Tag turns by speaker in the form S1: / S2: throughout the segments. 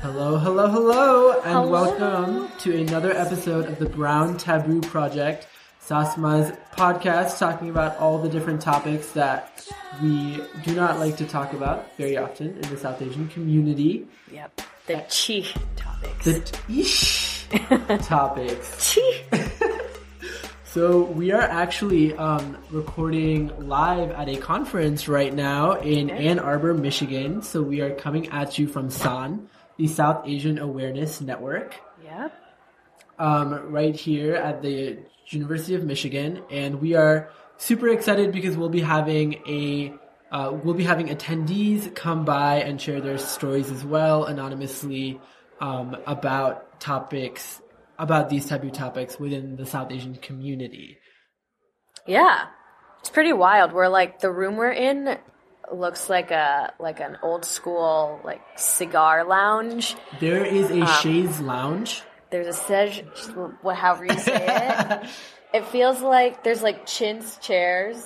S1: hello, hello, and
S2: Hello.
S1: welcome to another episode of the Brown Taboo Project, Sasma's podcast, talking about all the different topics that we do not like to talk about very often in the South Asian community.
S2: Yep. The chi topics.
S1: The ish topics.
S2: chi.
S1: So we are actually um, recording live at a conference right now in Ann Arbor, Michigan. So we are coming at you from SAN, the South Asian Awareness Network,
S2: Yep.
S1: um, right here at the University of Michigan, and we are super excited because we'll be having a uh, we'll be having attendees come by and share their stories as well anonymously um, about topics about these taboo topics within the South Asian community.
S2: Yeah. It's pretty wild. We're like the room we're in looks like a like an old school like cigar lounge.
S1: There is a chaise lounge.
S2: There's a sej what however you say it. it feels like there's like chintz chairs.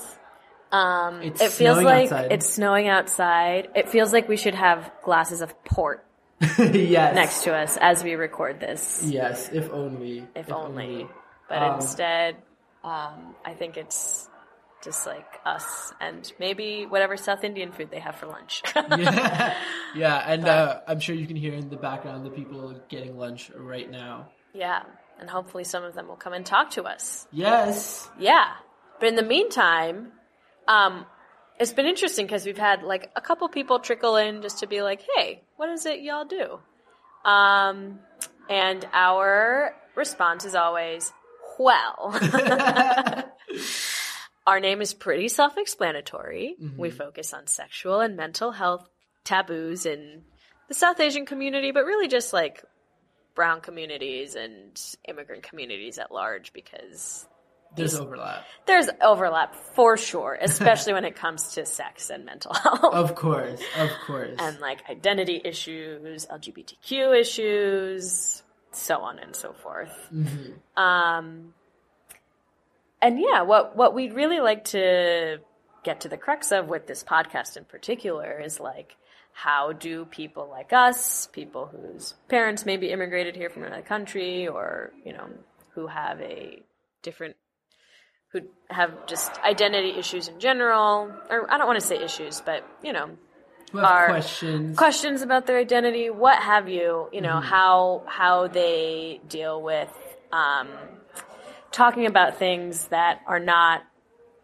S2: Um
S1: It's
S2: it feels
S1: snowing
S2: like
S1: outside.
S2: it's snowing outside. It feels like we should have glasses of port
S1: yes.
S2: next to us as we record this.
S1: Yes, if only.
S2: if, only. But
S1: Um,
S2: instead, um, I think it's just like us and maybe whatever South Indian food they have for lunch.
S1: yeah, yeah, and uh, I'm sure you can hear in the background the people getting lunch right now.
S2: yeah, and hopefully some of them will come and talk to us.
S1: Yes.
S2: Yeah, but in the meantime, um, it's been interesting because we've had like a couple people trickle in just to be like, "Hey, what is it y'all do?" Um, and our response is always, "Well." Our name is pretty self explanatory. We focus on sexual and mental health taboos in the South Asian community, but really just like brown communities and immigrant communities at large because
S1: There's overlap.
S2: there's overlap for sure, especially when it comes to sex and mental health
S1: Of course, of course.
S2: and like identity issues, LGBTQ issues, so on and so forth.
S1: Mm-hmm.
S2: Um, and yeah, what what we'd really like to get to the crux of with this podcast in particular is like how do people like us, people whose parents maybe immigrated here from another country or, you know, who have a different who have just identity issues in general, or I don't want to say issues, but you know,
S1: Who have
S2: our-
S1: questions?
S2: questions about their identity, what have you, you
S3: Mm-hmm.
S2: know, how how they deal with um, talking about things that are not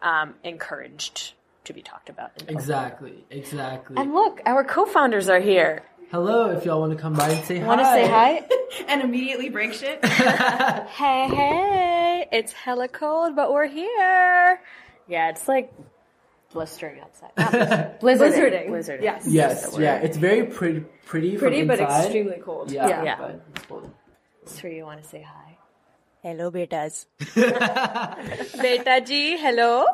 S2: um, encouraged to be talked about. in public.
S1: exactly, exactly.
S2: And look, our co-founders are here.
S1: Hello, if y'all want to come by and say hi.
S2: Want to say hi?
S3: and immediately break shit.
S2: hey, hey! It's hella cold, but we're here. Yeah, it's like blistering outside. Not blizzarding.
S3: Blizzarding.
S2: Blizzarding.
S3: Yes.
S1: Yes, yeah, it's very pretty, pretty,
S3: Pretty
S1: from
S3: but
S1: inside.
S3: extremely cold.
S1: Yeah,
S3: Yeah.
S2: Yeah.
S1: but it's cold.
S2: Sri, you want to say hi?
S4: Hello, betas.
S2: Beta ji, hello.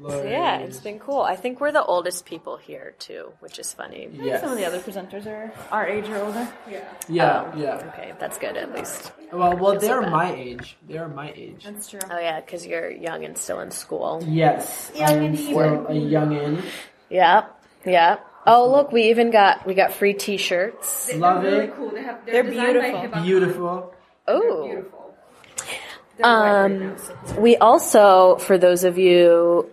S1: Lord.
S2: Yeah, it's been cool. I think we're the oldest people here too, which is funny.
S1: Yes.
S3: Some of the other presenters are our age or older. Yeah.
S2: oh.
S1: Yeah, yeah.
S2: Okay, that's good at least.
S1: Well, well,
S2: Feel so
S1: they are
S2: bad.
S1: my age. They are my age.
S3: That's true.
S2: Oh yeah, because you're young and still in school.
S1: Yes, I'm still a youngin.
S2: Yep, yep. Oh look, we even got we got free T-shirts.
S1: Love
S3: They're really
S1: it.
S3: cool. They have, they're
S2: They're
S3: designed
S2: beautiful.
S3: By Hibachi.
S1: Beautiful.
S3: They're
S2: Oh,
S3: beautiful. They're white right
S2: Um,
S3: now, so it's-
S2: we also for those of you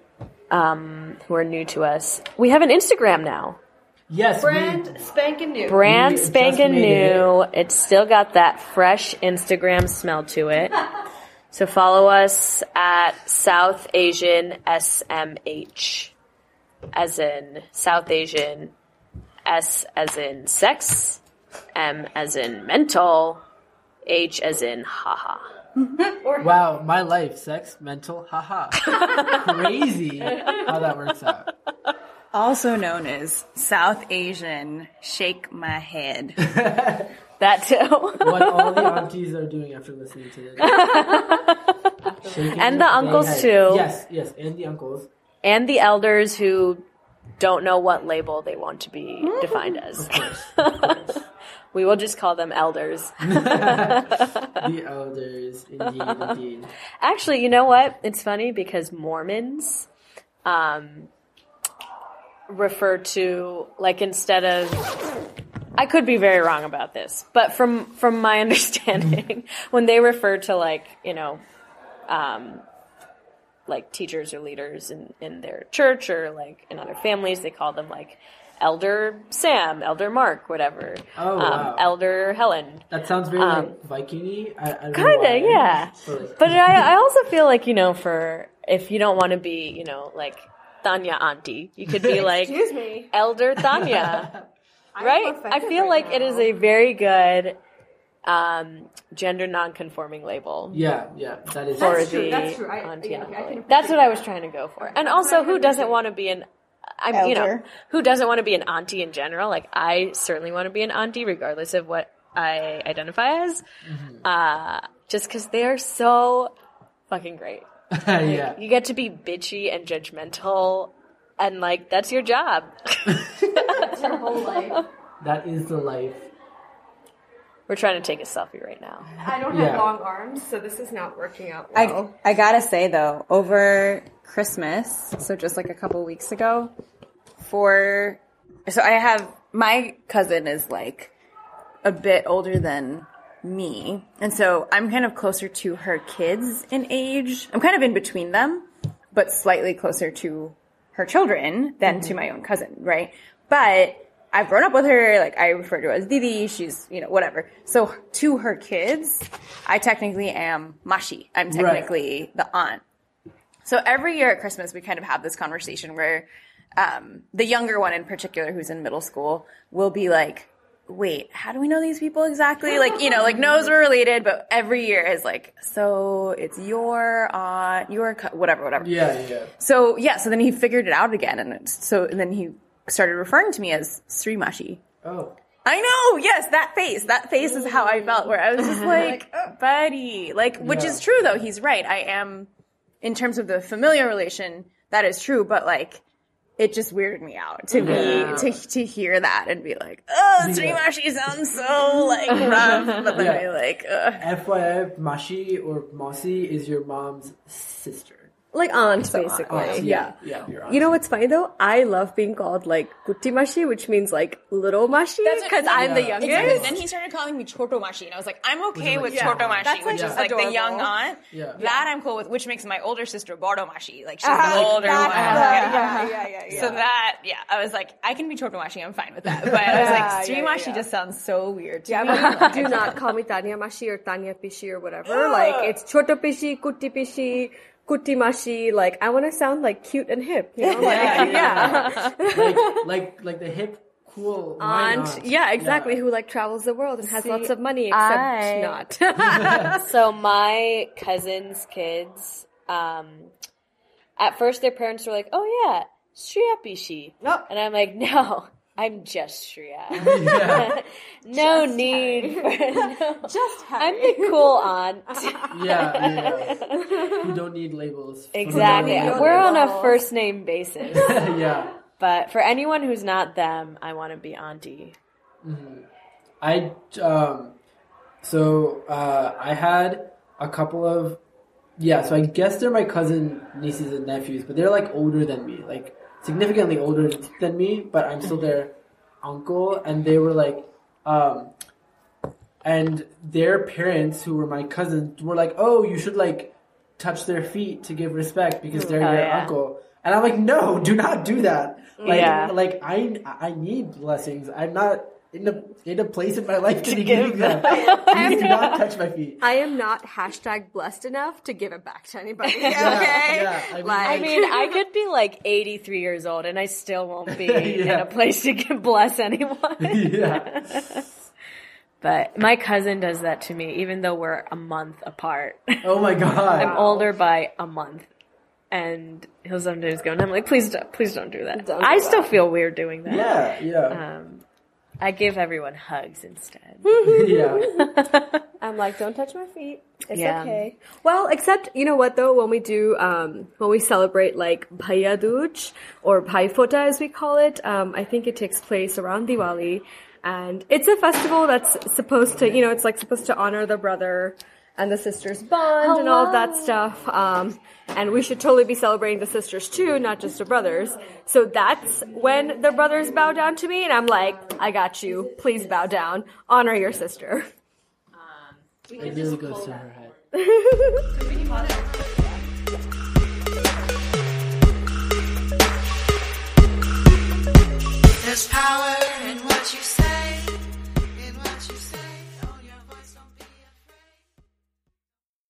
S2: um, who are new to us, we have an Instagram now,
S1: Yes, we-
S3: brand spanking new.
S2: brand
S1: We just
S2: spanking
S1: made it.
S2: new. It's still got that fresh Instagram smell to it. So follow us at South Asian SMH, as in South Asian, S as in sex, M as in mental, H as in haha.
S1: Wow, my life, sex, mental, haha. Crazy how that works out.
S4: Also known as South Asian Shake My Head.
S2: That too.
S1: What all the aunties are doing after listening to this. Shaking
S2: And the
S1: their
S2: uncles,
S1: heads.
S2: too.
S1: Yes, yes, and the uncles.
S2: and the elders who don't know what label they want to be
S1: Mm.
S2: defined as. we will just call them elders.
S1: The elders, indeed, indeed.
S2: Actually, you know what? It's funny because Mormons um, refer to like instead of I could be very wrong about this, but from from my understanding, when they refer to like you know, um, like teachers or leaders in in their church or like in other families, they call them like Elder Sam, Elder Mark, whatever.
S1: Oh,
S2: um,
S1: wow.
S2: Elder Helen.
S1: That sounds very
S2: Um,
S1: like Vikingy. I, I don't know
S2: Kinda,
S1: why.
S2: yeah.
S1: But, like,
S2: But I, I also feel like you know, for if you don't want to be, you know, like Tanya Auntie, you could be like
S3: Excuse me.
S2: Elder Tanya.
S3: I am
S2: right? I
S3: offended
S2: feel
S3: right
S2: like it
S3: now.
S2: is a very good um, gender non-conforming label
S1: yeah, yeah, that is.
S2: for
S3: That's
S2: the
S3: true, that's true. I-
S2: auntie
S3: yeah,
S2: and
S3: I can
S2: Holly.
S3: appreciate
S2: That's what I
S3: that.
S2: was trying to go for. And also, who doesn't want to be an I'm, you know,
S5: Elder.
S2: who doesn't want to be an auntie in general? Like, I certainly want to be an auntie, regardless of what I identify as. Uh, just because they are so fucking great.
S1: yeah.
S2: You get to be bitchy and judgmental, and like that's your job.
S3: That's your whole life.
S1: That is the life.
S2: We're trying to take a selfie right now.
S3: I don't
S1: Yeah.
S3: have long arms, so this is not working out
S4: I,
S3: well.
S4: I gotta say though, over Christmas, so just like a couple weeks ago, for so I have my cousin is like a bit older than me, and so I'm kind of closer to her kids in age. I'm kind of in between them, but slightly closer to her children than to my own cousin, right? But I've grown up with her, like I refer to her as Didi, she's, you know, whatever. So to her kids, I technically am Mashi. I'm technically the aunt. So every year at Christmas, we kind of have this conversation where um, the younger one in particular, who's in middle school, will be like, wait, how do we know these people exactly? Like, you know, like knows we're related, but every year is like, so it's your aunt, your co- whatever, whatever.
S1: Yeah, yeah.
S4: So yeah, so then he figured it out again, and it's- so and then he started referring to me as Sri Mashi.
S1: Oh,
S4: I know, yes, that face. That face is how I felt, where I was just like, buddy. Like, which
S1: Yeah.
S4: is true, though. He's right. I am, in terms of the familial relation, that is true, but like, it just weirded me out to
S1: Yeah.
S4: be, to, to hear that and be like, oh, Sri
S1: Yeah.
S4: Mashi sounds so, like, rough. But then
S1: Yeah.
S4: I, like, ugh.
S1: FYI, Mashi or Mossy is your mom's sister.
S5: Like aunt,
S1: Oh,
S5: basically.
S1: yeah, yeah. your aunt.
S5: You know what's funny though? I love being called like Gutti Mashi, which means like little Mashi, because I'm the youngest.
S4: Exactly. Then he started calling me Choto Mashi, and I was like, I'm okay with Choto Mashi,
S5: That's,
S4: which
S5: like,
S4: is like the young
S5: adorable.
S4: aunt.
S1: Yeah.
S4: That I'm cool with, which makes my older sister Bardo Mashi. Like she's
S5: Ah,
S4: the older
S5: that's
S4: one.
S5: the-
S4: Yeah.
S5: yeah, yeah, yeah.
S4: So that, yeah, I was like, I can be Choto Mashi, I'm fine with that. But I was
S5: Yeah,
S4: like, Sri
S5: yeah,
S4: Mashi
S5: yeah.
S4: just sounds so weird. To
S5: Yeah,
S4: me.
S5: but do not call me Tanya Mashi or Tanya Pishi or whatever. Like it's Choto Pishi, Kutti Pishi, Kutti Mashi. Like I want to sound like cute and hip. You know? Like,
S4: Yeah, yeah.
S1: like, like, like the hip, cool my
S5: aunt, yeah, exactly. Who like travels the world and has lots of money, except
S4: I-
S5: not.
S2: So my cousin's kids, um, at first their parents were like, "Oh yeah, Shreya Bishi,"
S3: Nope.
S2: and I'm like, "No, I'm just Shreya.
S1: Yeah,
S2: no need. For, no.
S3: Just
S2: I'm
S3: Harry.
S2: the cool aunt."
S1: yeah, yeah. You don't need labels. for
S2: exactly.
S1: no
S2: We're
S1: reason.
S2: on a first name basis,
S1: yeah.
S2: but for anyone who's not them, I want to be auntie.
S1: I um, so uh, I had a couple of yeah. So I guess they're my cousin nieces and nephews, but they're like older than me, like significantly older than me. But I'm still their uncle, and they were like, um, and their parents who were my cousins were like, oh, you should like touch their feet to give respect because they're
S2: Oh,
S1: your
S2: yeah.
S1: uncle. And I'm like, no, do not do that. Like,
S2: Yeah.
S1: like I, I need blessings. I'm not in a in a place in my life to, be
S2: give
S1: giving them. Please do not touch my feet.
S5: I am not hashtag blessed enough to give it back to anybody. Okay,
S1: yeah, I mean,
S5: like
S2: I mean, I could be like 83 years old and I still won't be in
S1: Yeah.
S2: a place to can bless anyone.
S1: yeah,
S2: But my cousin does that to me, even though we're a month apart.
S1: Oh my god.
S2: I'm older by a month. And he'll sometimes go, and I'm like, please don't, please don't do that.
S5: Don't do
S2: I still
S5: that.
S2: feel weird doing that.
S1: Yeah, yeah,
S2: Um, I give everyone hugs instead.
S1: yeah.
S5: I'm like, don't touch my feet. It's
S2: Yeah.
S5: okay. Well, except you know what though, when we do, um, when we celebrate like Bhaiya Dooj or Bhai Phota as we call it, um, I think it takes place around Diwali, and it's a festival that's supposed to, you know, it's like supposed to honor the brother and the sisters bond and all of that stuff. Um, and we should totally be celebrating the sisters too, not just the brothers. So that's when the brothers bow down to me, and I'm like, I got you. Please bow down. Honor your sister.
S1: It really goes to her head.
S3: We can call it-